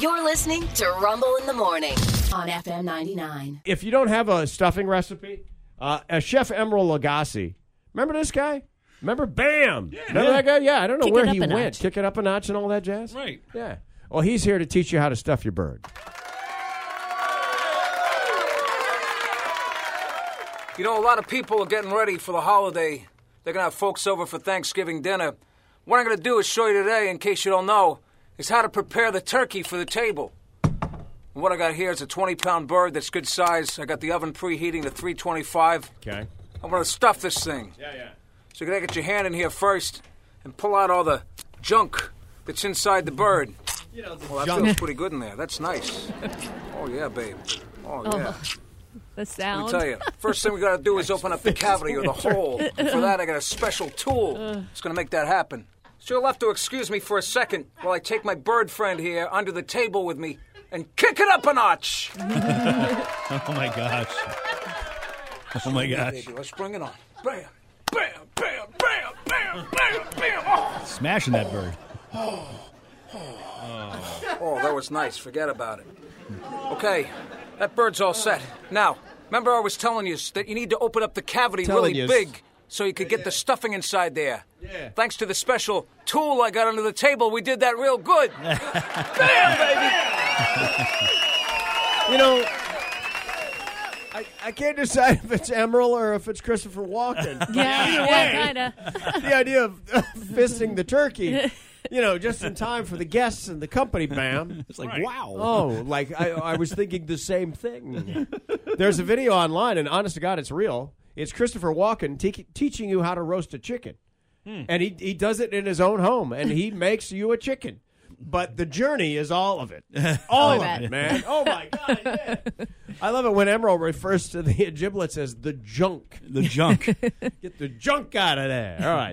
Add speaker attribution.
Speaker 1: You're listening to Rumble in the Morning on FM 99.
Speaker 2: if you don't have a stuffing recipe, uh, a chef Emeril Lagasse. Remember this guy? Remember Bam? Remember that guy? Yeah, I don't know
Speaker 3: Kick it
Speaker 2: where
Speaker 3: up
Speaker 2: he
Speaker 3: a
Speaker 2: went.
Speaker 3: notch.
Speaker 2: Kick it up a notch and all that jazz.
Speaker 4: Right.
Speaker 2: Yeah. Well, he's here to teach you how to stuff your bird.
Speaker 5: You know, a lot of people are getting ready for the holiday. They're gonna have folks over for Thanksgiving dinner. What I'm gonna do is show you today, in case you don't know, is how to prepare the turkey for the table. And what I got here is a 20 pound bird that's good size. I got the oven preheating to 325.
Speaker 2: Okay.
Speaker 5: I'm gonna stuff this thing.
Speaker 2: Yeah, yeah.
Speaker 5: So you gotta get your hand in here first and pull out all the junk that's inside the bird.
Speaker 2: You know, the
Speaker 5: Well, that feels pretty good in there. That's nice. Oh, yeah, babe. Oh, yeah.
Speaker 3: The sound.
Speaker 5: Let me tell you, first thing we gotta do is open up the cavity or the hole. For that, I got a special tool. It's gonna make that happen. So you'll have to excuse me for a second while I take my bird friend here under the table with me and kick it up a notch.
Speaker 4: Oh my gosh. Oh my gosh.
Speaker 5: Baby, let's bring it on. Bam, bam, bam, bam, bam, bam, bam. Oh,
Speaker 4: Smashing that bird.
Speaker 5: oh that was nice. Forget about it. Okay, that bird's all set. Now, remember I was telling you that you need to open up the cavity
Speaker 4: Telling
Speaker 5: really
Speaker 4: yous.
Speaker 5: big so you could get the stuffing inside there. Yeah. Thanks to the special tool I got under the table, we did that real good.
Speaker 2: You know, I, I can't decide if it's Emeril or if it's Christopher Walken.
Speaker 3: yeah, yeah, kinda.
Speaker 2: the idea of fisting the turkey, you know, just in time for the guests and the company, Bam.
Speaker 4: It's like
Speaker 6: Right.
Speaker 4: wow.
Speaker 2: Oh, like I, I was thinking the same thing. There's a video online, and honest to God, it's real. It's Christopher Walken te- teaching you how to roast a chicken,
Speaker 4: Hmm.
Speaker 2: and he he does it in his own home, and he makes you a chicken. But the journey is all of it, all
Speaker 3: I
Speaker 2: of it,
Speaker 3: bet.
Speaker 2: man. Oh my God! yeah. I love it when Emerald refers to the giblets as the junk.
Speaker 4: The junk.
Speaker 2: Get the junk out of there. All right.